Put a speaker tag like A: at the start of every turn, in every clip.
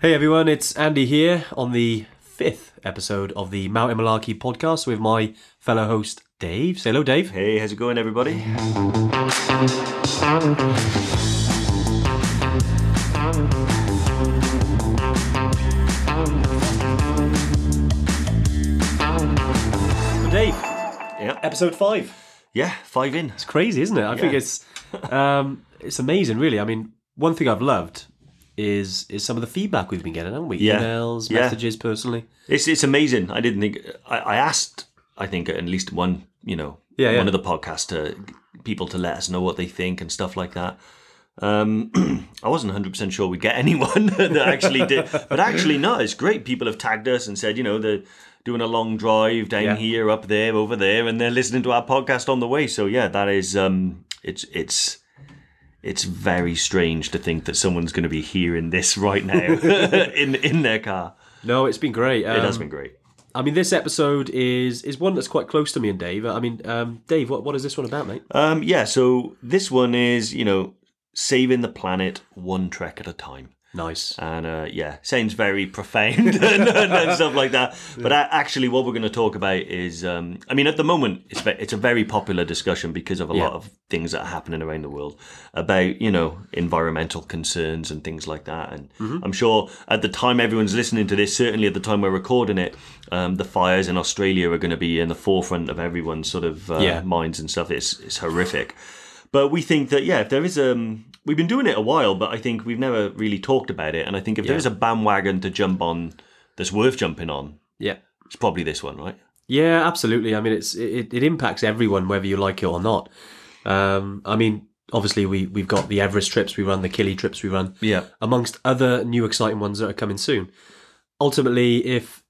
A: Hey everyone, it's Andy here on the fifth episode of the Mount Imalaki podcast with my fellow host Dave. Say hello, Dave.
B: Hey, how's it going, everybody?
A: Dave,
B: Yeah,
A: episode five.
B: yeah, five in.
A: It's crazy, isn't it? I think
B: Yeah.
A: it's um, it's amazing, really. I mean, one thing I've loved is is some of the feedback we've been getting, haven't we?
B: Yeah.
A: Emails,
B: Yeah.
A: messages, personally.
B: It's it's amazing. I didn't think I, I asked. I think at least one, you know,
A: Yeah, yeah.
B: one of the podcasts to people to let us know what they think and stuff like that. Um, I wasn't 100 percent sure we'd get anyone that actually did, but actually, no, it's great. People have tagged us and said, you know, they're doing a long drive down
A: Yeah.
B: here, up there, over there, and they're listening to our podcast on the way. So yeah, that is um, it's it's. It's very strange to think that someone's going to be hearing this right now in in their car.
A: No, it's been great. Um,
B: It has been great.
A: I mean, this episode is is one that's quite close to me and Dave. I mean, um, Dave, what, what is this one about, mate?
B: Um, yeah, so this one is, you know, saving the planet one trek at a time.
A: Nice.
B: And uh, yeah, sounds very profound and, and- and stuff like that. But a- actually, what we're going to talk about is um, I mean, at the moment, it's, ve- it's a very popular discussion because of a lot of things that are happening around the world about, you know, environmental concerns and things like that. And I'm sure at the time everyone's listening to this, certainly at the time we're recording it, um, the fires in Australia are going to be in the forefront of everyone's sort of uh,
A: Yeah.
B: minds and stuff. It's, it's horrific. But we think that yeah, if there is um, we've been doing it a while, but I think we've never really talked about it. And I think if there is a bandwagon to jump on that's worth jumping on,
A: Yeah.
B: it's probably this one, right?
A: Yeah, absolutely. I mean, it's it, it impacts everyone whether you like it or not. Um, I mean, obviously we we've got the Everest trips we run, the Killy trips we run,
B: Yeah,
A: amongst other new exciting ones that are coming soon. Ultimately, if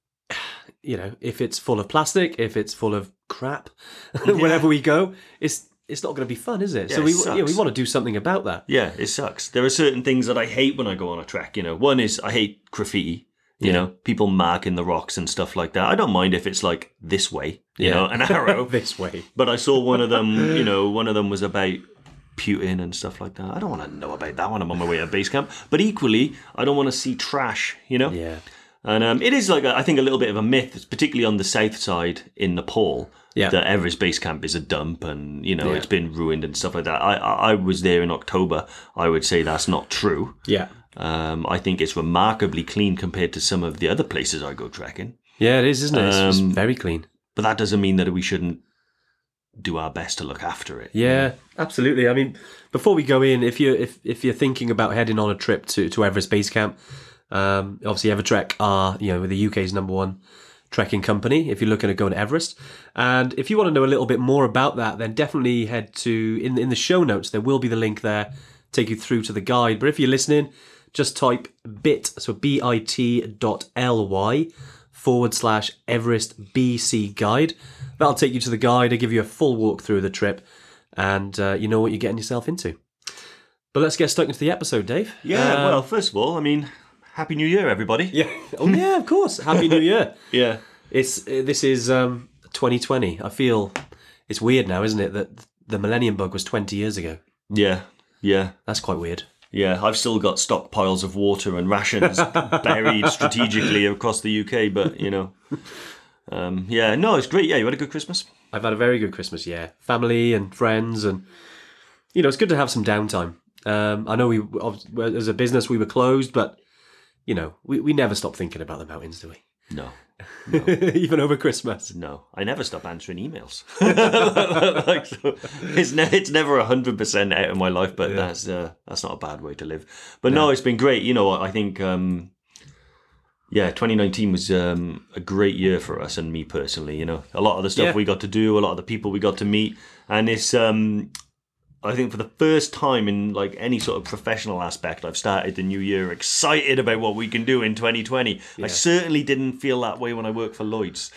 A: you know if it's full of plastic, if it's full of crap, wherever we go, it's it's not going to be fun, is it? so
B: it
A: we yeah, we
B: sucks.
A: want to do something about that.
B: yeah, it sucks. There are certain things that I hate when I go on a trek. You know, one is I hate graffiti. You know, people marking the rocks and stuff like that. I don't mind if it's like this way, you
A: Yeah.
B: know, an arrow.
A: This way,
B: But I saw one of them, you know, one of them was about Putin and stuff like that. I don't want to know about that one. I'm on my way to base camp. But equally, I don't want to see trash, you know?
A: yeah,
B: And um, it is like, a, I think, a little bit of a myth, particularly on the south side in Nepal,
A: Yeah.
B: that Everest Base Camp is a dump and, you know, it's been ruined and stuff like that. I, I, I was there in October. I would say that's not true.
A: yeah,
B: Um, I think it's remarkably clean compared to some of the other places I go trekking.
A: yeah. It is, isn't it? It's, it's
B: Um,
A: very clean.
B: But that doesn't mean that we shouldn't do our best to look after it.
A: Yeah, absolutely. I mean, before we go in, if you if if you're thinking about heading on a trip to to Everest Base Camp, um, obviously Evertrek are you know the UK's number one trekking company. If you're looking at going to Everest, and if you want to know a little bit more about that, then definitely head to in in the show notes. There will be the link there, take you through to the guide. But if you're listening, just type bit so b i t dot l y forward slash Everest BC guide. That'll take you to the guide. I give you a full walk through the trip, and uh, you know what you're getting yourself into. But let's get stuck into the episode, Dave.
B: Yeah,
A: Uh,
B: well, first of all, I mean, Happy New Year, everybody.
A: yeah. Oh yeah, of course. Happy New Year.
B: Yeah.
A: It's uh, this is um, 2020. I feel it's weird now, isn't it? That the Millennium Bug was 20 years ago.
B: Yeah. Yeah.
A: That's quite weird.
B: Yeah. I've still got stockpiles of water and rations buried strategically across the UK, but, you know. Um, yeah, no, it's great. Yeah, you had a good Christmas?
A: I've had a very good Christmas, yeah. Family and friends, and you know, it's good to have some downtime. Um, I know we, obv- as a business, we were closed, but you know, we, we never stop thinking about the mountains, do we?
B: No.
A: Even over Christmas.
B: No. I never stop answering emails. Like, so it's, ne- it's never 100% out of my life, but that's uh, that's not a bad way to live. But no, it's been great. You know what? I think. Um, yeah, 2019 was um, a great year for us and me personally. You know, a lot of the stuff
A: Yeah.
B: we got to do, a lot of the people we got to meet, and it's. Um, I think for the first time in like any sort of professional aspect, I've started the new year excited about what we can do in 2020. I certainly didn't feel that way when I worked for Lloyd's.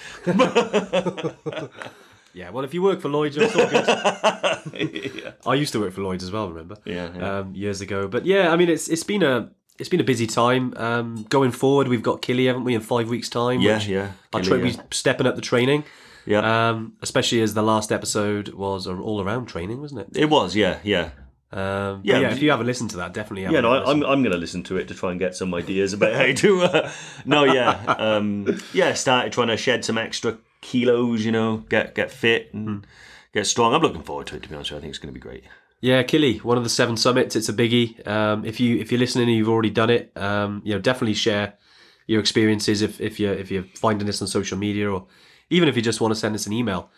A: Yeah. Well, if you work for Lloyd's, you're all good. I used to work for Lloyd's as well. Remember?
B: Yeah, yeah.
A: Um, years ago, but yeah, I mean, it's it's been a it's been a busy time. Um, going forward, we've got Killy, haven't we? In five weeks' time.
B: Yeah,
A: which
B: yeah,
A: Our
B: Killy,
A: tra-
B: yeah.
A: we're stepping up the training.
B: Yeah.
A: Um, especially as the last episode was all around training, wasn't it?
B: It was, yeah, yeah.
A: Um,
B: Yeah,
A: yeah, yeah,
B: but
A: if you haven't listened to that, definitely. have
B: Yeah, no,
A: a
B: I,
A: listen.
B: I'm I'm going to listen to it to try and get some ideas about how to. Uh, no, yeah, um, yeah. Started trying to shed some extra kilos, you know, get get fit and get strong. I'm looking forward to it. To be honest, with you. I think it's going to be great.
A: Yeah, Killy, one of the seven summits. It's a biggie. Um, if you if you're listening and you've already done it, um, you know definitely share your experiences. If if you are if you're finding this on social media, or even if you just want to send us an email,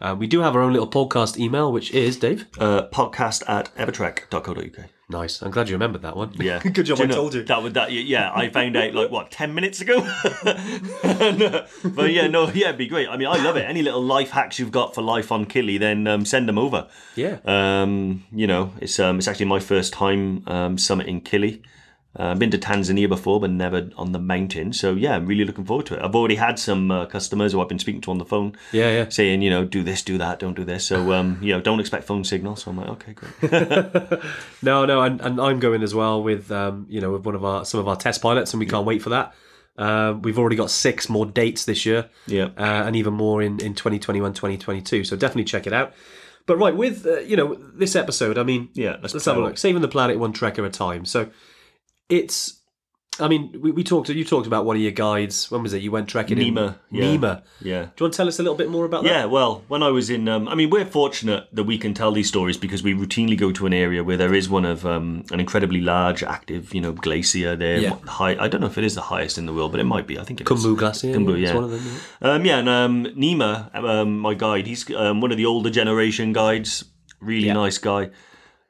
A: uh, we do have our own little podcast email, which is Dave.
B: Uh, podcast at evertrack.co.uk.
A: Nice. I'm glad you remembered that one.
B: Yeah,
A: Good job.
B: Do
A: I
B: know,
A: told you.
B: that. Would that? Yeah, I found out like what ten minutes ago. And, uh, but yeah, no, yeah, it'd be great. I mean, I love it. Any little life hacks you've got for life on Killy, then um, send them over.
A: yeah.
B: Um, you know, it's um, it's actually my first time um, summiting Kili. Uh, I've been to Tanzania before, but never on the mountain. So yeah, I'm really looking forward to it. I've already had some uh, customers who I've been speaking to on the phone,
A: Yeah. Yeah.
B: saying you know, do this, do that, don't do this. So um, you know, don't expect phone signals. So I'm like, okay, great.
A: No, no, and, and I'm going as well with um, you know with one of our some of our test pilots, and we can't wait for that. Um, we've already got six more dates this year,
B: Yeah.
A: uh, and even more in in 2021, 2022. So definitely check it out. But right with uh, you know this episode, I mean,
B: Yeah, let's
A: let's have a
B: play
A: look. Saving the planet one trek at a time. So it's, I mean, we, we talked you talked about one of your guides. When was it? You went trekking
B: Nema,
A: in
B: yeah.
A: Nema.
B: yeah.
A: Do you want to tell us a little bit more about that?
B: Yeah, well, when I was in, um, I mean, we're fortunate that we can tell these stories because we routinely go to an area where there is one of um, an incredibly large, active, you know, glacier there.
A: Yeah.
B: High, I don't know if it is the highest in the world, but it might be. I think it is.
A: Kumbu Glacier.
B: Kumbu,
A: it's
B: yeah.
A: one of them. yeah.
B: Um, yeah, and um, Nima, um, my guide, he's um, one of the older generation guides. Really nice guy.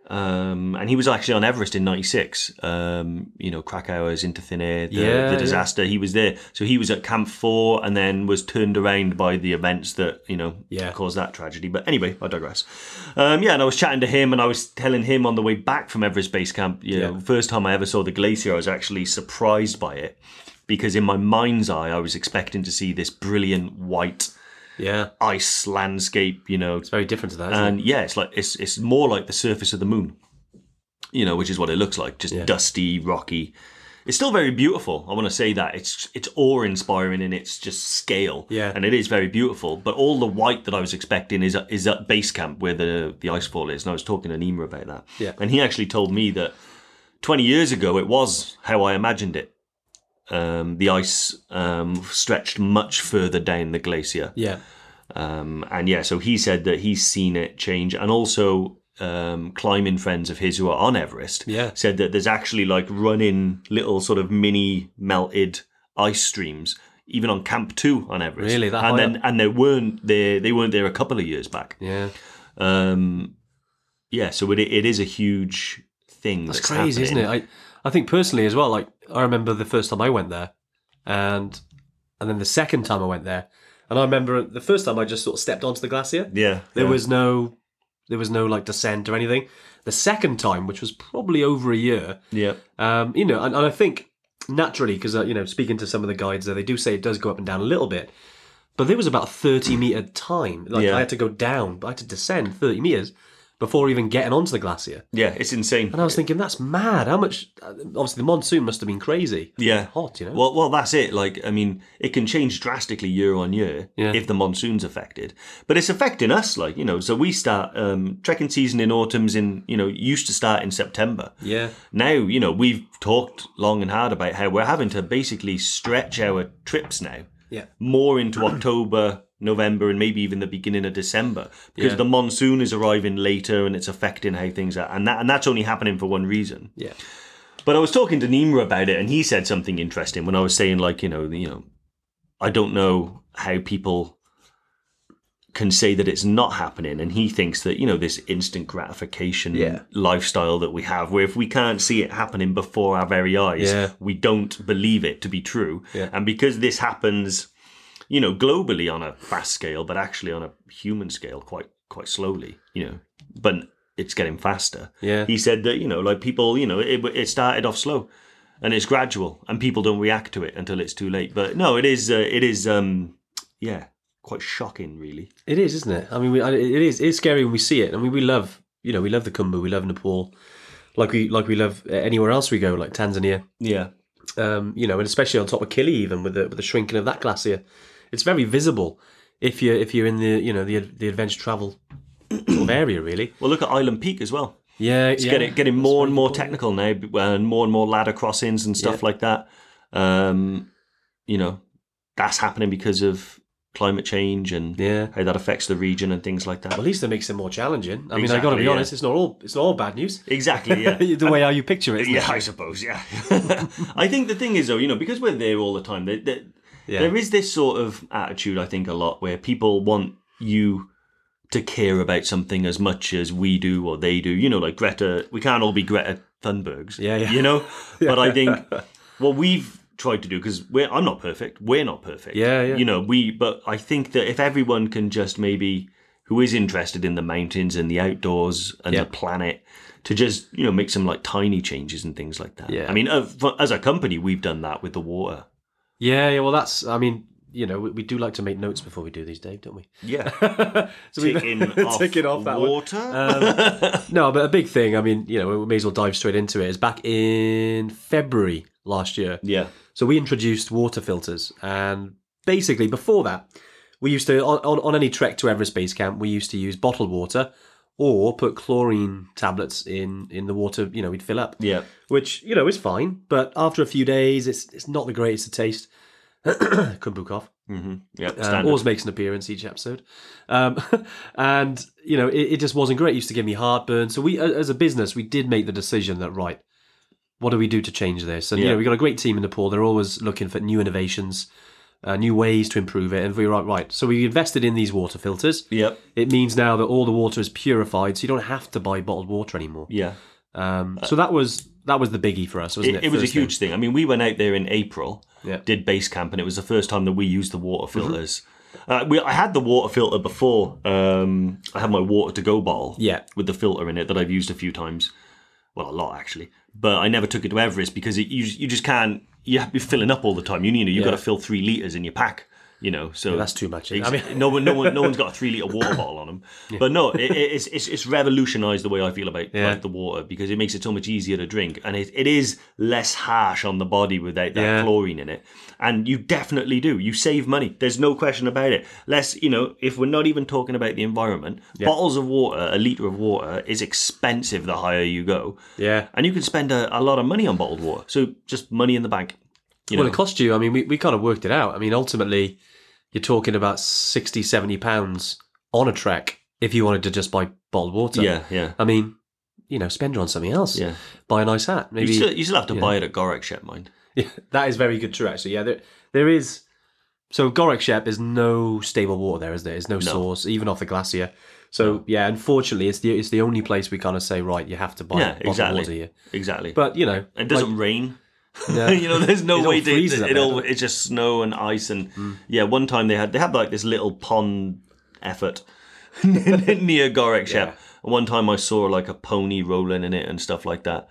B: Um, and he was actually on Everest in '96. Um, you know, Krakauer's into thin air, the,
A: Yeah,
B: the
A: yeah.
B: disaster. He was there, so he was at Camp Four, and then was turned around by the events that you know
A: Yeah.
B: caused that tragedy. But anyway, I digress. Um, yeah, and I was chatting to him, and I was telling him on the way back from Everest Base Camp. You know,
A: Yeah.
B: first time I ever saw the glacier, I was actually surprised by it because in my mind's eye, I was expecting to see this brilliant white
A: Yeah,
B: ice landscape. You know,
A: it's very different to that. Isn't
B: and yeah, it's like it's it's more like the surface of the moon, you know, which is what it looks like, just dusty, rocky. It's still very beautiful. I want to say that it's it's awe inspiring in its just scale,
A: Yeah.
B: and it is very beautiful. But all the white that I was expecting is at- is at base camp where the the ice fall is, and I was talking to Nima about that,
A: Yeah.
B: and he actually told me that twenty years ago it was how I imagined it. Um, the ice um, stretched much further down the glacier,
A: it? Yeah.
B: um, and yeah, so he said that he's seen it change, and also um, climbing friends of his who are on Everest
A: Yeah.
B: said that there's actually like running little sort of mini melted ice streams, even on Camp Two on Everest.
A: Really? That
B: and
A: high
B: then and they weren't there. They weren't there a couple of years back.
A: Yeah.
B: Um, yeah, so it, it is a huge thing. That's,
A: It's crazy,
B: happening.
A: isn't it? I, I think personally as well. Like I remember the first time I went there, and and then the second time I went there, and I remember the first time I just sort of stepped onto the glacier.
B: Yeah,
A: There
B: yeah.
A: was no, there was no like descent or anything. The second time, which was probably over a year,
B: yeah,
A: um, you know, and, and I think naturally because uh, you know speaking to some of the guides there, they do say it does go up and down a little bit. But there was about a thirty meter time. Like
B: Yeah.
A: I had to go down, I had to descend thirty meters before even getting onto the glacier.
B: yeah. It's insane.
A: And I was thinking, that's mad. How much? uh, Obviously, the monsoon must have been crazy.
B: Yeah.
A: hot, you know.
B: Well, well, that's it. Like, I mean, it can change drastically year on year
A: Yeah.
B: if the monsoon's affected. But it's affecting us, like you know. So we start um, trekking season in autumn's in you know used to start in September.
A: yeah,
B: Now you know we've talked long and hard about how we're having to basically stretch our trips now
A: yeah,
B: more into October, November, and maybe even the beginning of December because
A: Yeah.
B: the monsoon is arriving later and it's affecting how things are. And that and that's only happening for one reason.
A: yeah,
B: But I was talking to Nima about it, and he said something interesting when I was saying, like, you know, you know, I don't know how people can say that it's not happening, and he thinks that you know this instant gratification
A: Yeah.
B: lifestyle that we have, where if we can't see it happening before our very eyes,
A: Yeah.
B: we don't believe it to be true,
A: Yeah.
B: and because this happens, you know, globally on a fast scale, but actually on a human scale, quite quite slowly, you know, but it's getting faster
A: yeah,
B: he said that you know like people you know it, it started off slow and it's gradual and people don't react to it until it's too late but no it is uh, it is um yeah quite shocking really
A: It is, isn't it? I mean, we, I- it is. It's scary when we see it. I mean, we love, you know, we love the Kumbu, we love Nepal, like we like we love uh, anywhere else we go, like Tanzania,
B: yeah
A: um, you know, and especially on top of Kili, even with the with the shrinking of that glacier, it's very visible if you are if you're in the you know the the adventure travel sort of area, really.
B: well look at island peak as well
A: Yeah,
B: It's
A: yeah.
B: getting getting more and more technical now, b- and more and more ladder crossings and stuff
A: Yeah.
B: like that. Um, you know, that's happening because of climate change and
A: Yeah.
B: how that affects the region and things like that.
A: Well, at least that makes it more challenging. I mean, I
B: Exactly,
A: got to be
B: yeah.
A: honest, it's not all it's not all bad news.
B: Exactly. Yeah.
A: the way how you picture it. isn't it?
B: Yeah, I suppose. Yeah, I think the thing is though, you know, because we're there all the time, there, there,
A: Yeah.
B: there is this sort of attitude I think a lot where people want you to care about something as much as we do or they do. You know, like Greta, we can't all be Greta Thunbergs.
A: Yeah, yeah.
B: You know, but I think what we've tried to do because we're I'm not perfect, we're not perfect.
A: Yeah, yeah.
B: You know, we. But I think that if everyone can just maybe who is interested in the mountains and the outdoors and
A: Yeah.
B: the planet to just you know make some like tiny changes and things like that.
A: Yeah.
B: I mean, of- for- as a company, we've done that with the water.
A: Yeah, yeah. Well, that's. I mean, you know, we, we do like to make notes before we do these, Dave, don't we?
B: Yeah,
A: so we-
B: taking off, Uh,
A: ticking off that one.
B: water.
A: No, but a big thing. I mean, you know, we may as well dive straight into it. Is back in February last year.
B: yeah,
A: So we introduced water filters, and basically before that, we used to on, on, on any trek to Everest Base Camp, we used to use bottled water or put chlorine tablets in in the water. You know, we'd fill up.
B: yeah,
A: which you know is fine, but after a few days, it's it's not the greatest of taste. Kumbukov
B: hmm yeah.
A: um,
B: Standard.
A: always makes an appearance each episode, um, and you know it, it just wasn't great. It used to give me heartburn. So we, a- as a business, we did make the decision that right, what do we do to change this? And you
B: Yeah.
A: know we got a great team in Nepal. They're always looking for new innovations, uh, new ways to improve it. And we were like right, so we invested in these water filters.
B: Yep.
A: It means now that all the water is purified, so you don't have to buy bottled water anymore.
B: Yeah.
A: Um, so that was that was the biggie for us, wasn't it?
B: It, it was a
A: First thing.
B: huge thing. I mean, we went out there in April,
A: Yeah.
B: did base camp, and it was the first time that we used the water filters. Uh, we, I had the water filter before. Um, I had my water to go bottle,
A: Yeah.
B: with the filter in it that I've used a few times, well, a lot actually. But I never took it to Everest because it, you you just can't. You have to be filling up all the time. You need you've
A: Yeah.
B: got to fill three liters in your pack. You know, so
A: That's too much. isn't it?
B: I
A: I mean,
B: mean, no one, no one, no one's got a three liter water bottle on them. But no, it, it- it's it's it's revolutionised the way I feel about
A: Yeah.
B: like, the water because it makes it so much easier to drink, and it, it is less harsh on the body without that
A: Yeah.
B: chlorine in it. And you definitely do. You save money. There's no question about it. Less, you know, if we're not even talking about the environment, bottles of water, a liter of water, is expensive the higher you go,
A: yeah.
B: and you can spend a, a lot of money on bottled water. So just money in the bank. You
A: Well,
B: know.
A: it cost you. I mean, we, we kind of worked it out. I mean, ultimately, you're talking about 60, 70 pounds on a trek if you wanted to just buy bottled water.
B: yeah, yeah.
A: I mean, you know, spend it on something else.
B: Yeah.
A: Buy a nice hat. Maybe
B: You still, you still have to buy it at Gorek Shep, mind.
A: Yeah, that is very good true actually. Yeah, there there is. So Gorek Shep, there's no stable water there, is there? There's no, source, even off the glacier. So yeah, unfortunately, it's the it's the only place we kind of say right, you have to buy
B: Yeah,
A: bottled
B: exactly.
A: water here.
B: Exactly.
A: But you know,
B: It doesn't rain.
A: No.
B: you know, there's no
A: It Hmm. all
B: way to.
A: freezes up
B: It
A: there,
B: all,
A: doesn't
B: it's just snow and ice and yeah. One time they had they had like this little pond effort near Gorek Shep. And one time I saw like a pony rolling in it and stuff like that.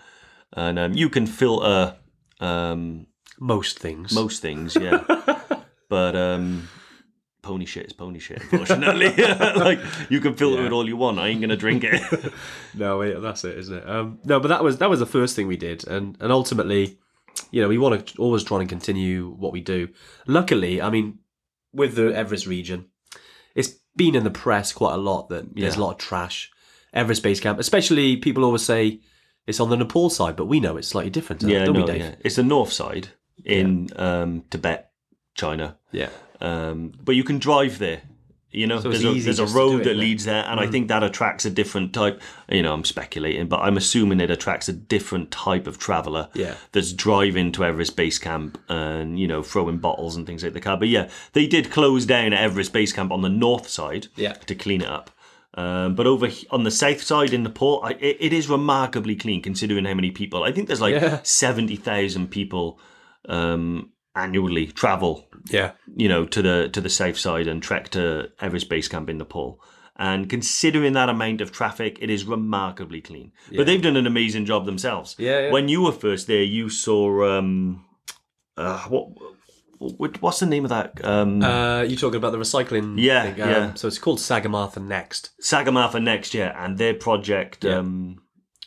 B: And um, you can filter um,
A: most things.
B: most things, yeah. but um, pony shit is pony shit. Unfortunately, like you can filter it all you want. I ain't gonna drink it.
A: No, it, that's it, isn't it? Um, no, but that was that was the first thing we did, and and ultimately, you know, we want to always try and continue what we do. Luckily, I mean, with the Everest region, it's been in the press quite a lot that there's a
B: Yeah.
A: lot of trash. Everest Base Camp, especially people always say it's on the Nepal side, but we know it's slightly different. to that,
B: yeah,
A: don't
B: no,
A: we, Dave?
B: yeah. It's the north side in um, Tibet, China.
A: yeah,
B: um, but you can drive there. You know,
A: it's
B: there's, a,
A: easy
B: there's a
A: just to do it,
B: road
A: Mm.
B: that
A: isn't it?
B: leads there, and I think that attracts a different type. You know, I'm speculating, but I'm assuming it attracts a different type of traveller.
A: Yeah.
B: that's driving to Everest Base Camp and you know throwing bottles and things like the car. But yeah, they did close down at Everest Base Camp on the north side.
A: Yeah.
B: to clean it up. Um, but over he- on the south side in Nepal, I, it, it is remarkably clean considering how many people. I think there's like
A: Yeah.
B: seventy thousand people um, annually travel
A: yeah,
B: you know, to the to the safe side and trek to Everest Base Camp in Nepal. And considering that amount of traffic, it is remarkably clean. But they've done an amazing job themselves.
A: Yeah, yeah.
B: When you were first there, you saw um, uh, what, what what's the name of that um,
A: Uh, you talking about the recycling?
B: Yeah,
A: thing, um,
B: yeah.
A: So it's called Sagamartha Next.
B: Sagamartha next year and their project,
A: Yeah.
B: um,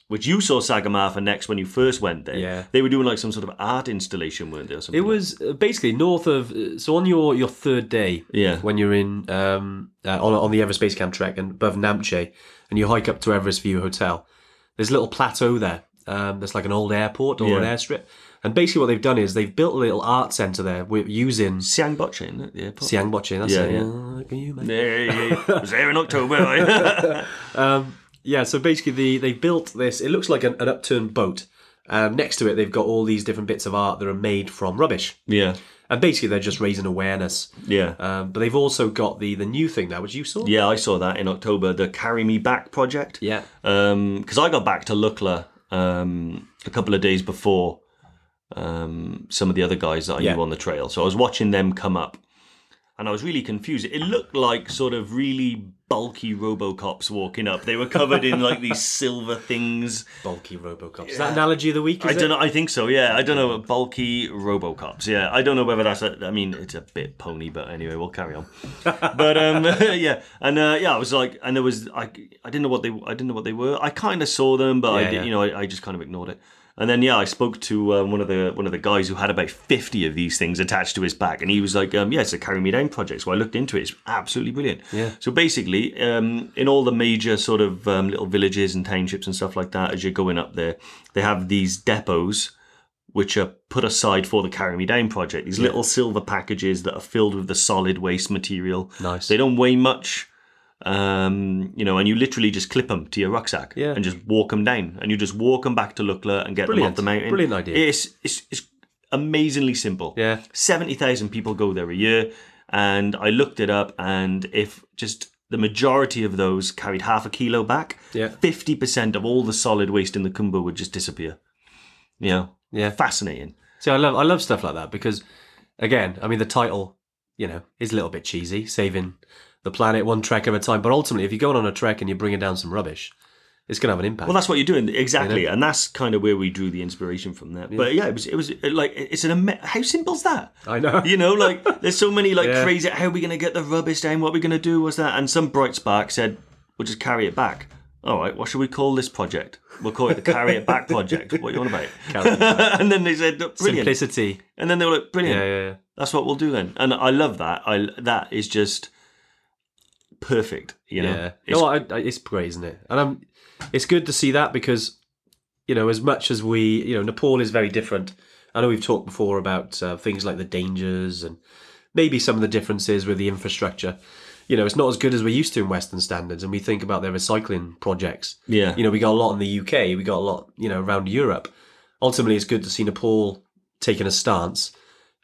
B: which you saw Sagamartha next when you first went there.
A: Yeah.
B: They were doing like some sort of art installation, weren't they? Or something
A: It
B: like-
A: was uh, basically north of uh, so on your your third day.
B: Yeah.
A: When you're in um uh, on on the Everest Base Camp trek and above Namche, and you hike up to Everest View Hotel, There's a little plateau there. Um, that's like an old airport or an
B: Yeah.
A: airstrip. And basically, what they've done is they've built a little art centre there with, using
B: Siang Bocce, isn't it? The airport.
A: Siang Bocce. That's
B: Yeah,
A: it.
B: yeah.
A: Oh, look at you, mate.
B: Yeah, yeah, yeah. I was there in October.
A: Yeah, so basically the, they built this. It looks like an, an upturned boat. Um, next to it, they've got all these different bits of art that are made from rubbish,
B: yeah,
A: and basically they're just raising awareness.
B: yeah.
A: Um, but they've also got the the new thing now, which you saw.
B: Yeah, I saw that in October, the Carry Me Back project.
A: yeah,
B: Because I got back to Lukla um, a couple of days before um, some of the other guys that I
A: Yeah.
B: knew on the trail. So I was watching them come up and I was really confused. It looked like sort of really bulky Robocops walking up. They were covered in like these silver things.
A: bulky RoboCop. Is that analogy of the week? Is
B: I
A: it?
B: don't know. I think so. Yeah, I don't know. Bulky RoboCops. Yeah, I don't know whether that's. A, I mean, it's a bit pony, but anyway, we'll carry on. but um, yeah, and uh, yeah, I was like, and there was I. I didn't know what they. I didn't know what they were. I kind of saw them, but
A: Yeah,
B: I, did,
A: yeah.
B: you know, I, I just kind of ignored it. And then yeah, I spoke to um, one of the one of the guys who had about fifty of these things attached to his back, and he was like, um, "Yeah, it's a carry me down project." So I looked into it; it's absolutely brilliant.
A: Yeah.
B: So basically, um, in all the major sort of um, little villages and townships and stuff like that, as you're going up there, they have these depots which are put aside for the Carry Me Down project. These little silver packages that are filled with the solid waste material.
A: Nice.
B: They don't weigh much, um, you know, and you literally just clip them to your rucksack
A: Yeah.
B: and just walk them down. And you just walk them back to Lukla and get them
A: Brilliant.
B: off the mountain.
A: Brilliant idea.
B: It's, it's, it's amazingly simple.
A: Yeah.
B: 70,000 people go there a year. And I looked it up, and if just the majority of those carried half a kilo back,
A: Yeah.
B: 50% of all the solid waste in the Kumbu would just disappear. You know?
A: Yeah.
B: Fascinating.
A: See, I love I love stuff like that because, again, I mean the title, you know, is a little bit cheesy, saving the planet one trek at a time. But ultimately, if you're going on a trek and you're bringing down some rubbish, it's going to have an impact.
B: Well, that's what you're doing exactly, and that's kind of where we drew the inspiration from there. But yeah, it was it was uh, like it's an ama- how simple's that?
A: I know.
B: You know, like there's so many like
A: Yeah.
B: crazy. How are we going to get the rubbish down? What are we going to do? Was that? And some bright spark said, "We'll just carry it back." All right, what should we call this project? We'll call it the Carry It Back Project. What you on about?
A: Carry It
B: and then they said, "Brilliant."
A: Simplicity.
B: And then they were like, "Brilliant."
A: Yeah, yeah, yeah.
B: That's what we'll do then. And I love that. I that is just perfect. You know,
A: Yeah,
B: It's-
A: no, I, I, it's great, isn't it? And I'm, it's good to see that because, you know, as much as we, you know, Nepal is very different. I know we've talked before about uh, things like the dangers and maybe some of the differences with the infrastructure. You know, it's not as good as we're used to in Western standards, and we think about their recycling projects.
B: yeah,
A: You know, we got a lot in the UK, we got a lot, you know, around Europe. Ultimately, it's good to see Nepal taking a stance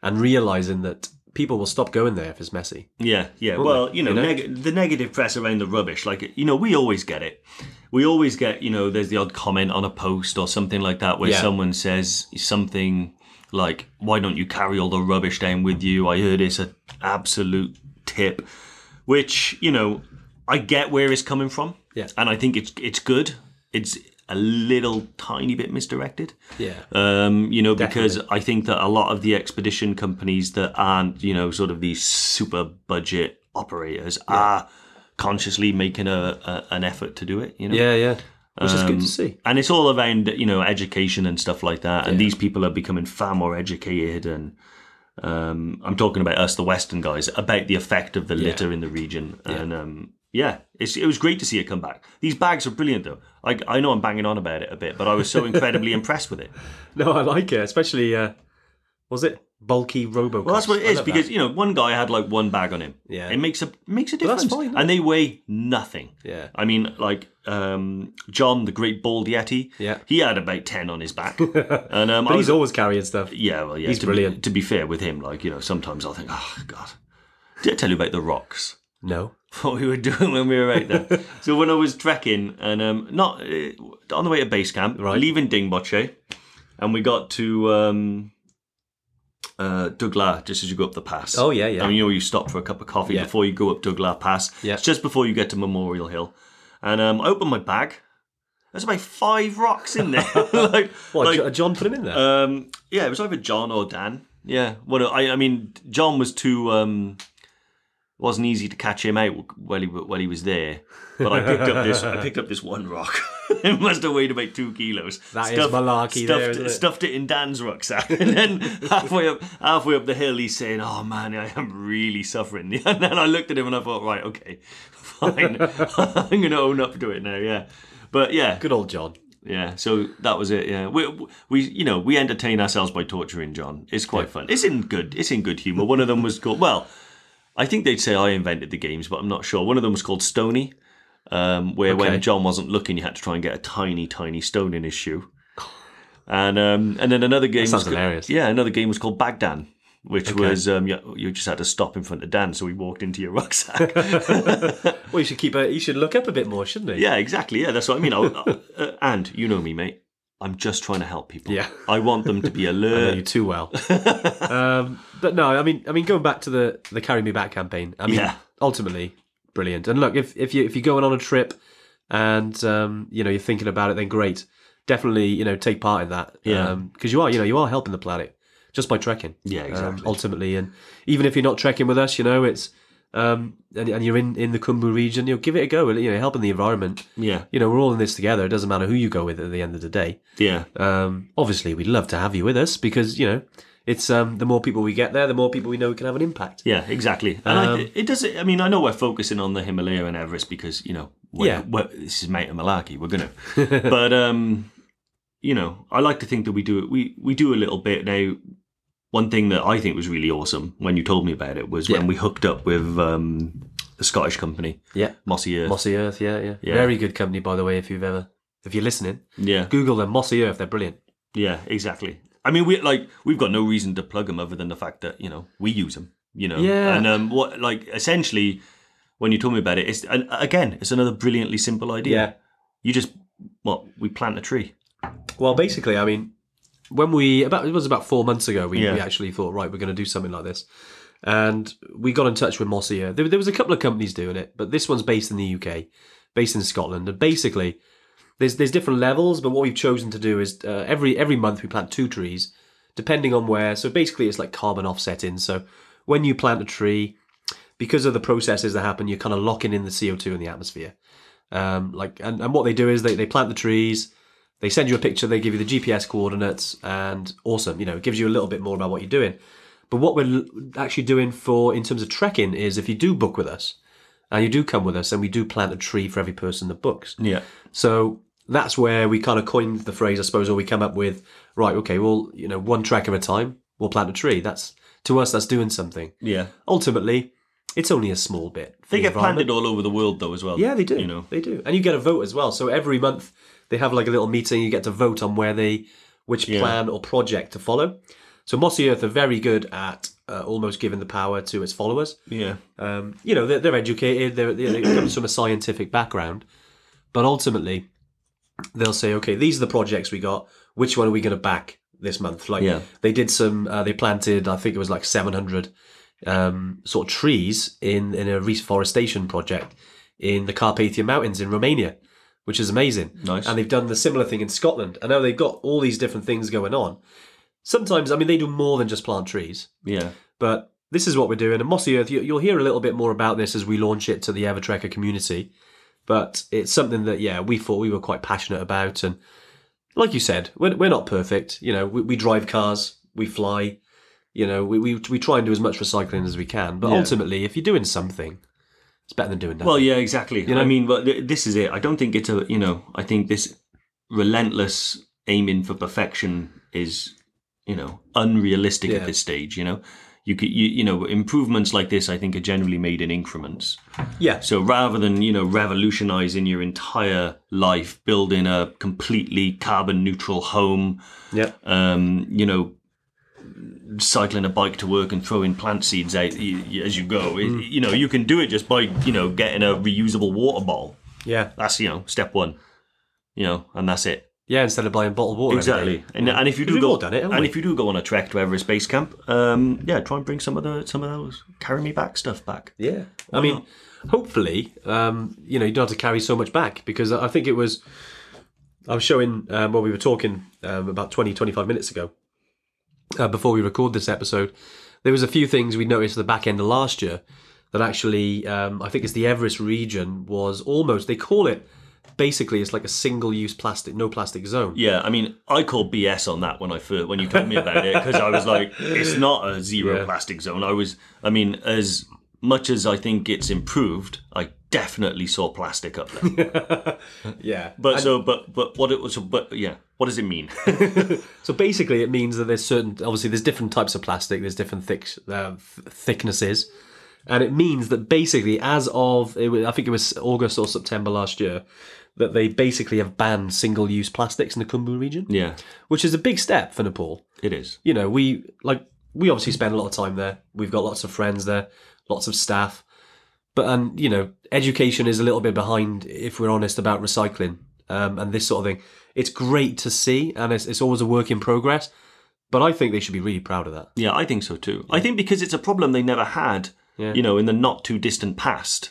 A: and realizing that people will stop going there if it's messy.
B: Yeah, yeah. Well, you know,
A: You know?
B: Neg- the negative press around the rubbish, like you know, we always get it. We always get, you know, there's the odd comment on a post or something like that where
A: Yeah.
B: someone says something like, "Why don't you carry all the rubbish down with you?" I heard it's an absolute tip, which you know, I get where it's coming from.
A: Yeah.
B: and I think it's it's good. It's a little tiny bit misdirected
A: Yeah.
B: um, you know, because I think that a lot of the expedition companies that aren't, you know, sort of these super budget operators are consciously making a, a an effort to do it. You know,
A: Yeah, yeah. Which is good to
B: Um,
A: see.
B: and it's all around you know education and stuff like that. And these people are becoming far more educated and. Um, I'm talking about us, the Western guys, about the effect of the litter in the region, and um, yeah, it's, it was great to see it come back. These bags are brilliant, though. I, I know I'm banging on about it a bit, but I was so incredibly impressed with it.
A: No, I like it, especially uh, was it bulky Robo?
B: Well, that's what it is because you know one guy had like one bag on him.
A: Yeah.
B: it makes a makes a
A: that's
B: difference,
A: fine, isn't
B: and they weigh nothing.
A: Yeah.
B: I mean, like um, John, the great bald yeti.
A: Yeah.
B: he had about ten on his back, and um, I
A: but Oh, he's
B: was,
A: always carrying stuff.
B: yeah, well, yeah,
A: he's
B: to Be,
A: brilliant.
B: to be fair with him, like you know, sometimes I think, oh God, did I tell you about the rocks?
A: No,
B: what we were doing when we were out there. so when I was trekking and um, not uh, on the way to base camp,
A: Right.
B: leaving Dingboche, and we got to um, uh, Douglas just as you go up the pass.
A: Oh, yeah, yeah.
B: And you know you stop for a cup of coffee
A: Yeah.
B: before you go up Douglas Pass.
A: Yeah.
B: It's just before you get to Memorial Hill, and um, I opened my bag. There's about five rocks in there. like,
A: what
B: like-
A: Jo- John put him in there?
B: um, yeah, it was either John or Dan. Yeah, well, I, I mean, John was too. Um, wasn't easy to catch him out while he while he was there. But I picked up this. I picked up this one rock. it must have weighed about two kilos.
A: That is malarkey there,
B: Stuffed,
A: isn't it?
B: stuffed it in Dan's rucksack, and then halfway up halfway up the hill, he's saying, "Oh man, I am really suffering." And then I looked at him and I thought, "Right, okay, fine, I'm going to own up to it now." Yeah, but yeah,
A: Good old John.
B: Yeah, so that was it. Yeah, we, we you know we entertain ourselves by torturing John. It's quite fun. It's in good. It's in good humor. One of them was called well, I think they'd say I invented the games, but I'm not sure. One of them was called Stony, um, where
A: Okay.
B: when John wasn't looking, you had to try and get a tiny, tiny stone in his shoe. And um, and then another game
A: sounds
B: was ca-
A: hilarious.
B: Yeah, another game was called Bagdan. Which was um, you, you just had to stop in front of Dan, so he walked into your rucksack.
A: Well, you should keep a, you should look up a bit more, shouldn't you?
B: Yeah, exactly. Yeah, that's what I mean. I, uh, and you know me, mate. I'm just trying to help people.
A: Yeah.
B: I want them to be
A: I know
B: alert.
A: you too well. um, but no, I mean, I mean, going back to the the Carry Me Back campaign. I mean,
B: Yeah.
A: ultimately, brilliant. And look, if if you if you're going on a trip, and um, you know you're thinking about it, then great. Definitely, you know, take part in that.
B: Yeah.
A: Because you are, you know, you are helping the planet just by trekking.
B: Yeah,
A: um,
B: exactly.
A: ultimately, and even if you're not trekking with us, you know, it's um, and, and you're in in the Kumbu region, you know, give it a go. You know, helping the environment.
B: yeah,
A: You know, we're all in this together. It doesn't matter who you go with at the end of the day.
B: yeah,
A: Um, obviously, we'd love to have you with us because you know it's um, the more people we get there, the more people we know we can have an impact.
B: yeah, exactly. And
A: Um,
B: I, it does. I mean, I know we're focusing on the Himalaya and Everest because you know, we're,
A: Yeah.
B: we're- this is mate and malarkey. We're gonna, but um, you know, I like to think that we do it. We we do a little bit now. One thing that I think was really awesome when you told me about it was
A: Yeah.
B: when we hooked up with um, the Scottish company,
A: Yeah,
B: Mossy Earth.
A: Mossy Earth. Yeah, yeah,
B: Yeah.
A: Very good company, by the way. If you've ever, if you're listening,
B: yeah,
A: Google them. Mossy Earth. They're brilliant.
B: Yeah, exactly. I mean, we like we've got no reason to plug them other than the fact that you know we use them. You know,
A: Yeah.
B: And um, what like essentially when you told me about it, it's and uh, again, it's another brilliantly simple idea. You just what we plant a tree.
A: Well, basically, I mean, when we about it was about four months ago, we,
B: Yeah.
A: we actually thought, right, we're going to do something like this, and we got in touch with Mossy Earth. There, there was a couple of companies doing it, but this one's based in the UK, based in Scotland, and basically. There's, there's different levels, but what we've chosen to do is uh, every every month we plant two trees, depending on where. So basically, it's like carbon offsetting. So when you plant a tree, because of the processes that happen, you're kind of locking in the CO2 in the atmosphere. Um, like, and, and what they do is they, they plant the trees, they send you a picture, they give you the GPS coordinates, and awesome. You know, it gives you a little bit more about what you're doing. But what we're l- actually doing for in terms of trekking is if you do book with us and you do come with us, then we do plant a tree for every person that books.
B: Yeah.
A: So that's where we kind of coined the phrase, I suppose, or we come up with, right, okay, well, you know, one track at a time, we'll plant a tree. That's to us, that's doing something.
B: Yeah.
A: Ultimately, it's only a small bit. for
B: They
A: the
B: get
A: environment.
B: planted all over the world though as well.
A: Yeah, they do.
B: You know.
A: They do. And you get a vote as well. So every month they have like a little meeting, you get to vote on where they which plan or project to follow. So Mossy Earth are very good at uh, almost giving the power to its followers
B: Yeah.
A: um, you know, they're, they're educated, they're, they it comes from a scientific background, but ultimately they'll say, okay, these are the projects we got. Which one are we going to back this month? Like
B: Yeah.
A: they did some, uh, they planted, I think it was like 700 um, sort of trees in, in a reforestation project in the Carpathian Mountains in Romania, which is amazing.
B: Nice.
A: And they've done the similar thing in Scotland. And now they've got all these different things going on. Sometimes, I mean, they do more than just plant trees.
B: Yeah.
A: But this is what we're doing. And Mossy Earth, you, you'll hear a little bit more about this as we launch it to the Evertrekker community. But it's something that, yeah, we thought we were quite passionate about. And like you said, we're, we're not perfect. You know, we, we drive cars, we fly, you know, we, we, we try and do as much recycling as we can. But
B: Yeah.
A: ultimately, if you're doing something, it's better than doing nothing.
B: Well, yeah, exactly.
A: know?
B: I mean, but th- this is it. I don't think it's a you know. I think this relentless aiming for perfection is you know unrealistic
A: Yeah.
B: at this stage. You know, you could you, you know improvements like this I think are generally made in increments.
A: yeah.
B: So rather than you know revolutionising your entire life, building a completely carbon neutral home,
A: Yeah.
B: um, you know, cycling a bike to work and throwing plant seeds out y- y- as you go. It-
A: Mm.
B: You know, you can do it just by you know getting a reusable water bottle.
A: Yeah.
B: That's you know step one. You know, and that's it.
A: Yeah. Instead of buying bottled water. every day.
B: And, and if you do
A: We've
B: go,
A: all done it, haven't
B: and
A: we?
B: if you do go on a trek to Everest Base Camp, um, yeah, try and bring some of the some of those carry me back stuff back.
A: Yeah. I mean, hopefully, um, you know, you don't have to carry so much back because I I think it was, I was showing um, when we were talking um, about 20, 25 minutes ago uh, before we record this episode, there was a few things we noticed at the back end of last year that actually, um, I think it's the Everest region was almost, they call it basically, it's like a single use plastic, no plastic zone.
B: Yeah, I mean, I called BS on that when I first, when you told me about it because I was like, it's not a zero
A: Yeah.
B: plastic zone. I was, I mean, as much as I think it's improved, I definitely saw plastic up there.
A: Yeah.
B: But so, but but what it was, but yeah, what does it mean?
A: So basically, it means that there's certain, obviously, there's different types of plastic, there's different thick, uh, th- thicknesses, and it means that basically, as of it was, I think it was August or September last year, that they basically have banned single-use plastics in the Kumbu region,
B: yeah,
A: which is a big step for Nepal.
B: it is.
A: You know, we like we obviously spend a lot of time there. We've got lots of friends there, lots of staff, but and you know, education is a little bit behind if we're honest about recycling um, and this sort of thing. It's great to see, and it's, it's always a work in progress. But I think they should be really proud of that.
B: Yeah, I think so too. I think because it's a problem they never had,
A: Yeah.
B: you know, in the not too distant past,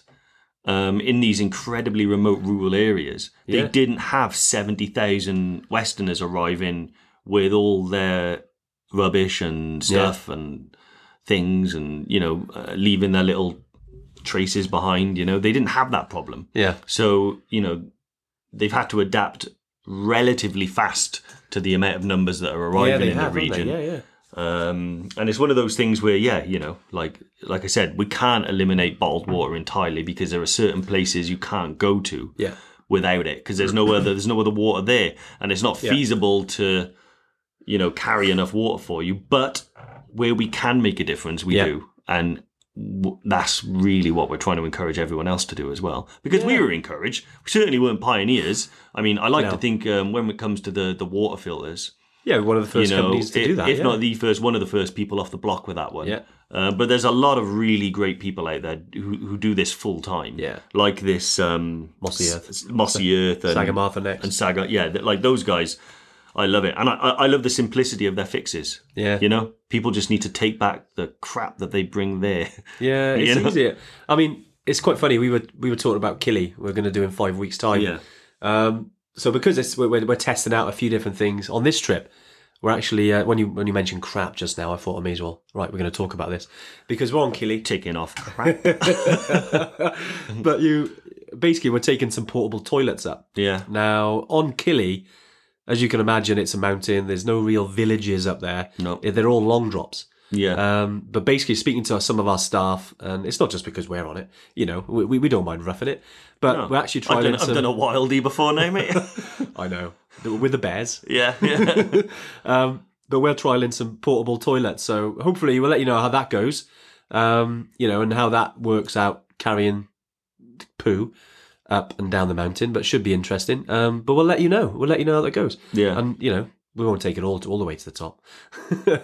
B: um, in these incredibly remote rural areas, they
A: Yeah.
B: didn't have 70,000 Westerners arriving with all their rubbish and stuff and things and, you know, uh, leaving their little traces behind, you know, they didn't have that problem.
A: Yeah,
B: So, you know, they've had to adapt relatively fast to the amount of numbers that are arriving
A: yeah, they
B: in
A: have,
B: the
A: haven't they?
B: region.
A: Yeah, yeah,
B: Um, and it's one of those things where, yeah, you know, like like I said, we can't eliminate bottled water entirely because there are certain places you can't go to
A: yeah,
B: without it because there's no other there's no other water there, and it's not
A: Yeah.
B: feasible to, you know, carry enough water for you. But where we can make a difference, we
A: Yeah.
B: do, and w- that's really what we're trying to encourage everyone else to do as well because we were encouraged. We certainly weren't pioneers. I mean, I like
A: No.
B: to think um, when it comes to the the water filters
A: yeah. One of the first
B: you know,
A: companies to
B: i-
A: do that.
B: If
A: yeah.
B: not the first, one of the first people off the block with that one.
A: Yeah.
B: Uh, but there's a lot of really great people out there who, who do this full time.
A: Yeah.
B: Like this um,
A: Mossy
B: S-
A: Earth.
B: S- Mossy Earth and
A: Sagamartha next.
B: and Saga. Yeah, th- like those guys. I love it, and I, I I love the simplicity of their fixes.
A: Yeah.
B: You know, people just need to take back the crap that they bring there.
A: yeah,
B: you
A: it's
B: know?
A: easier. I mean, it's quite funny. We were we were talking about Killy. We're going to do in five weeks' time. Um, so because it's, we're, we're we're testing out a few different things on this trip, we're actually uh, when you when you mentioned crap just now, I thought I may as well. Right, we're going to talk about this because we're on Killy,
B: Taking off crap.
A: but you basically we're taking some portable toilets up.
B: yeah.
A: Now, on Killy, as you can imagine, it's a mountain. There's no real villages up there.
B: No.
A: They're all long drops.
B: Yeah.
A: Um, but basically, speaking to some of our staff, and it's not just because we're on it, you know, we, we we don't mind roughing it, but Uh, we're actually
B: I've
A: trying
B: done,
A: some.
B: I've done a wildy before now, mate.
A: I know, with the bears.
B: yeah. Yeah.
A: Um, but we're trialing some portable toilets, so hopefully we'll let you know how that goes, um, you know, and how that works out carrying poo up and down the mountain. But should be interesting. Um, but we'll let you know. We'll let you know how that goes.
B: Yeah.
A: and you know, we won't take it all to, all the way to the top.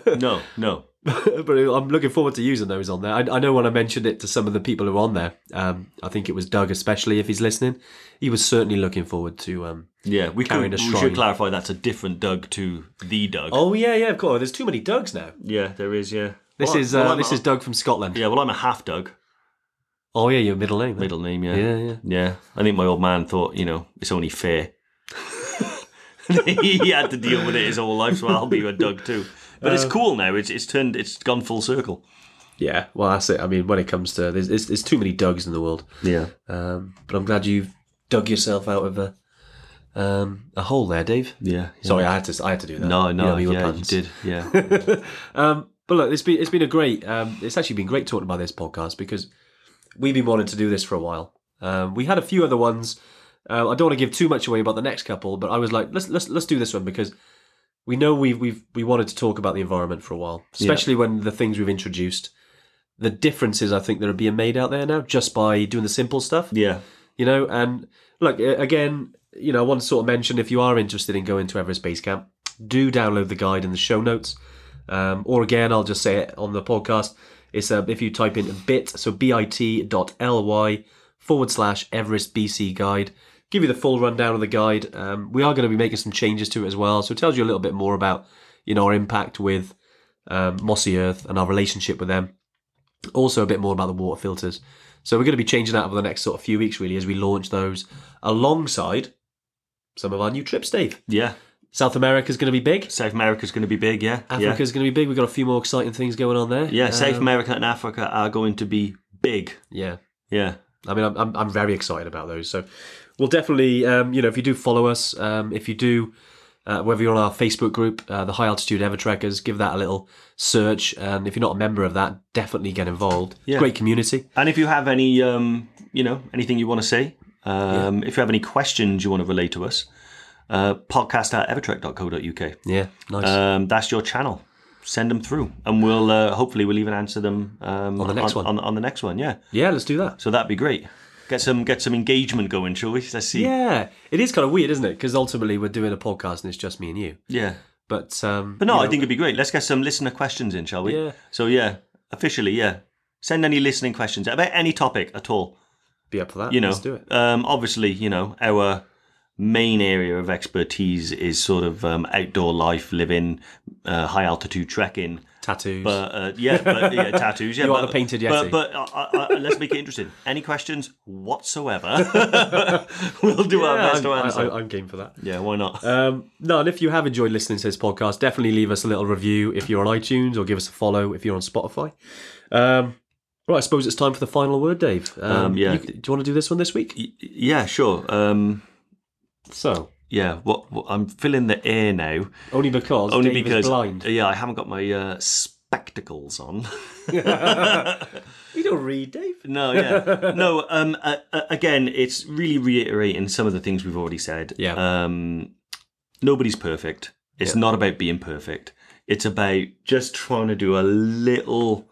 B: no. No.
A: but I'm looking forward to using those on there. I, I know when I mentioned it to some of the people who are on there, um, I think it was Doug, especially if he's listening, he was certainly looking forward to. Um,
B: Yeah, we,
A: carrying
B: could, we
A: a
B: should
A: shrine.
B: clarify that's a different Doug to the Doug.
A: oh yeah, yeah, of course. There's too many Dougs now.
B: Yeah, there is. Yeah,
A: This
B: Well, I-
A: is
B: well,
A: uh,
B: I'm
A: this
B: a-
A: is Doug from Scotland.
B: yeah. Well, I'm a half Doug.
A: Oh yeah, your middle name. eh?
B: Middle name. Yeah.
A: Yeah, yeah.
B: Yeah. I think my old man thought, you know, it's only fair. he had to deal with it his whole life, so I'll be a Doug too. But
A: Uh,
B: it's cool now. It's it's turned. It's gone full circle.
A: Yeah, well that's it. I mean, when it comes to there's there's, there's too many Dougs in the world.
B: Yeah.
A: Um, but I'm glad you've dug yourself out of a um, a hole there, Dave.
B: Yeah.
A: Sorry, I had to I had to do that.
B: No,
A: You
B: no,
A: know, we were
B: yeah, you
A: puns.
B: did. Yeah,
A: Um, but look, it's been it's been a great. Um, it's actually been great talking about this podcast because we've been wanting to do this for a while. Um, we had a few other ones. Uh, I don't want to give too much away about the next couple, but I was like, let's let's let's do this one because we know we we've we wanted to talk about the environment for a while, especially when the things we've introduced, the differences I think that are being made out there now just by doing the simple stuff
B: yeah,
A: you know and look a- again you know i want to sort of mention if you are interested in going to everest base camp do download the guide in the show notes um, or again i'll just say it on the podcast it's uh, if you type in bit so bit dot ly forward slash everest bc guide give you the full rundown of the guide um, we are going to be making some changes to it as well so it tells you a little bit more about you know our impact with um, mossy earth and our relationship with them also a bit more about the water filters. So we're going to be changing that over the next sort of few weeks, really, as we launch those alongside some of our new trips, Dave.
B: yeah.
A: South America's going to be big.
B: South America's going to be big. Yeah, yeah,
A: Africa's going to be big. We've got a few more exciting things going on there.
B: yeah. South
A: Um,
B: America and Africa are going to be big.
A: yeah.
B: Yeah,
A: I mean, I'm, I'm, I'm very excited about those. So we'll definitely, um, you know, if you do follow us, um, if you do Uh, whether you're on our Facebook group, uh, the High Altitude Evertrekkers, give that a little search. And if you're not a member of that, definitely get involved. It's a
B: Yeah.
A: Great community.
B: And if you have any, um, you know, anything you want to say, um, if you have any questions you want to relay to us, uh, podcast at evertrek.co.uk.
A: Yeah, nice.
B: Um, that's your channel. Send them through, and we'll uh, hopefully we'll even answer them um,
A: On the next one.
B: On, on the next one, yeah.
A: yeah, let's do that.
B: So that'd be great. Get some get some engagement going, shall we? Let's see.
A: Yeah, it is kind of weird, isn't it? Because ultimately we're doing a podcast and it's just me and you.
B: Yeah.
A: But um,
B: But no,
A: you
B: I
A: know,
B: think it'd be great. Let's get some listener questions in, shall we?
A: Yeah.
B: So yeah, officially, yeah. Send any listening questions about any topic at all.
A: be up for that.
B: You know,
A: let's do it.
B: Um, obviously, you know our main area of expertise is sort of um, outdoor life, living, uh, high altitude trekking.
A: Tattoos.
B: But uh, yeah, but, yeah, tattoos. Yeah,
A: You are
B: but-
A: the painted yeti.
B: But, but uh, uh, uh, let's make it interesting. Any questions whatsoever? we'll do our
A: yeah,
B: best
A: I'm,
B: to
A: I-
B: answer.
A: I, I'm game for that.
B: yeah, why not?
A: Um, no, and if you have enjoyed listening to this podcast, definitely leave us a little review if you're on iTunes or give us a follow if you're on Spotify. Um, right, I suppose it's time for the final word, Dave. Um,
B: Um, yeah.
A: you- do you want to do this one this week?
B: Y- yeah, sure. Um,
A: So,
B: yeah, what, what I'm filling the air now.
A: only because
B: only
A: Dave
B: because
A: is blind.
B: yeah, I haven't got my uh, spectacles on.
A: We don't read, Dave.
B: No, yeah, no. Um, uh, uh, again, it's really reiterating some of the things we've already said.
A: Yeah.
B: Um, nobody's perfect. It's not about being perfect. It's about just trying to do a little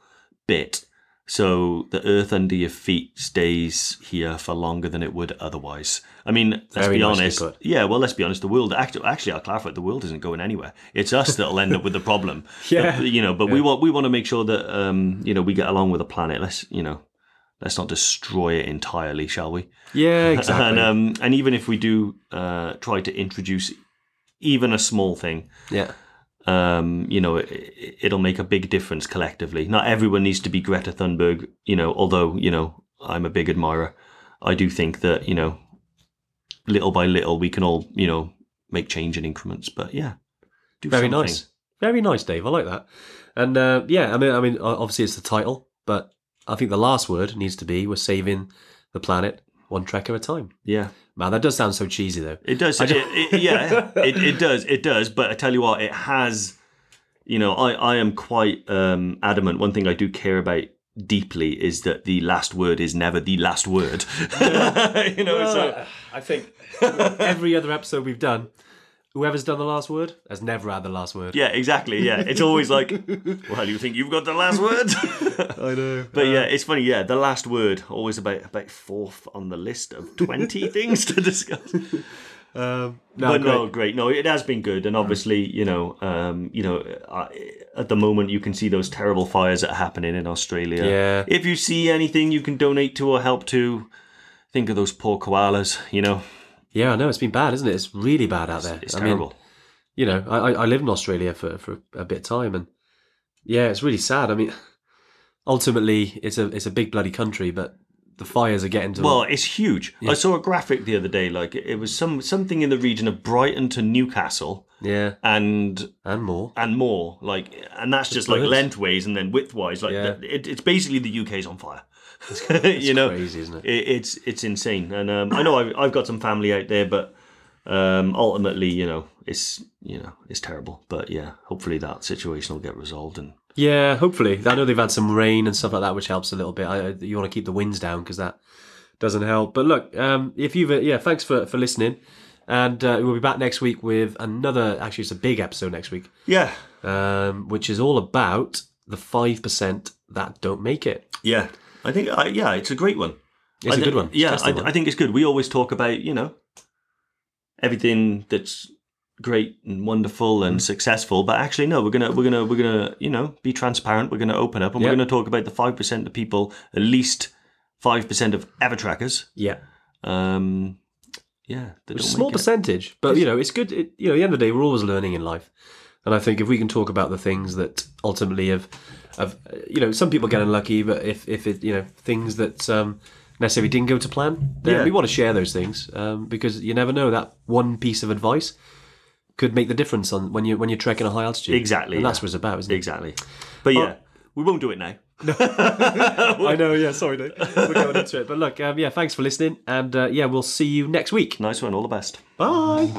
B: bit so the earth under your feet stays here for longer than it would otherwise. I mean, let's
A: Very
B: be
A: nicely
B: honest.
A: put.
B: Yeah, well, let's be honest. The world, actually, actually, I'll clarify. The world isn't going anywhere. It's us that'll end up with the problem.
A: Yeah.
B: you know. But we want we want to make sure that um, you know we get along with the planet. Let's you know, let's not destroy it entirely, shall we?
A: Yeah, exactly.
B: And um, and even if we do uh, try to introduce even a small thing,
A: yeah.
B: um, you know, it, it- it'll make a big difference collectively. Not everyone needs to be Greta Thunberg, you know, although, you know, I'm a big admirer. I do think that, you know, little by little we can all, you know, make change in increments. But yeah, do
A: Very
B: something.
A: nice. Very nice, Dave. I like that. And uh, yeah, I mean, I mean, o- obviously it's the title, but I think the last word needs to be we're saving the planet one trek at a time.
B: Yeah,
A: Man, that does sound so cheesy, though.
B: it does. It, it- yeah, it, it does. It does. But I tell you what, it has, you know, I, I am quite um, adamant. One thing I do care about deeply is that the last word is never the last word. you know, so.
A: I think every other episode we've done, whoever's done the last word has never had the last word.
B: Yeah, exactly. Yeah, it's always like, well, you think you've got the last word?
A: I know. Uh,
B: but yeah, it's funny. Yeah, the last word always about about fourth on the list of twenty things to discuss.
A: Um, no, great.
B: But
A: Mm.
B: no, great. No, it has been good, and obviously, you know, um, you know, I, at the moment, you can see those terrible fires that are happening in Australia.
A: Yeah.
B: If you see anything you can donate to or help to, think of those poor koalas. You know,
A: yeah, I know it's been bad, isn't it? It's really bad out there.
B: it's
A: I mean,
B: terrible.
A: you know, I, I I lived in Australia for, for a bit of time, and yeah, it's really sad. I mean, ultimately, it's a it's a big bloody country, but the fires are getting to
B: Well, it's huge. I saw a graphic the other day. Like it was some something in the region of Brighton to Newcastle,
A: yeah,
B: and
A: and more.
B: and more. Like, and that's just like
A: brilliant.
B: lengthways and then widthwise. Like,
A: Yeah.
B: th it, it's basically the UK's on fire. you know,
A: crazy, isn't it?
B: It, it's it's insane. And um, I know I've, I've got some family out there, but um, ultimately, you know, it's you know it's terrible. But yeah, hopefully that situation will get resolved. And
A: Yeah, hopefully. I know they've had some rain and stuff like that, which helps a little bit. I, I- you want to keep the winds down because that doesn't help. But look, um, if you've uh, yeah, thanks for for listening, and uh, we'll be back next week with another. Actually, it's a big episode next week,
B: yeah,
A: um, which is all about the five percent that don't make it.
B: yeah, I think I, yeah, it's a great one.
A: It's
B: a
A: a good one.
B: Yeah,
A: It's a
B: I,
A: good one.
B: I think it's good. We always talk about you know everything that's great and wonderful
A: Mm.
B: and successful, but actually no, we're gonna we're gonna we're gonna you know be transparent. We're gonna open up and
A: Yeah.
B: we're gonna talk about the five percent of people, at least five percent of ever trackers.
A: yeah,
B: Um, yeah, they
A: it's a
B: don't
A: small
B: make it.
A: percentage, but you know, it's good. It, you know, at the end of the day, we're always learning in life, and I think if we can talk about the things that ultimately have, have uh, you know, some people get unlucky, but if if it you know things that um, necessarily didn't go to plan, then
B: Yeah.
A: we want to share those things um, because you never know that one piece of advice could make the difference on when you when you're trekking a high altitude.
B: Exactly,
A: and that's
B: yeah.
A: what it's about, isn't it?
B: Exactly, but
A: Oh.
B: yeah, we won't do it now.
A: I know. Yeah, sorry, Dave. we're going into it, but look, um, yeah, thanks for listening, and uh, yeah, we'll see you next week.
B: Nice one. All the best.
A: Bye.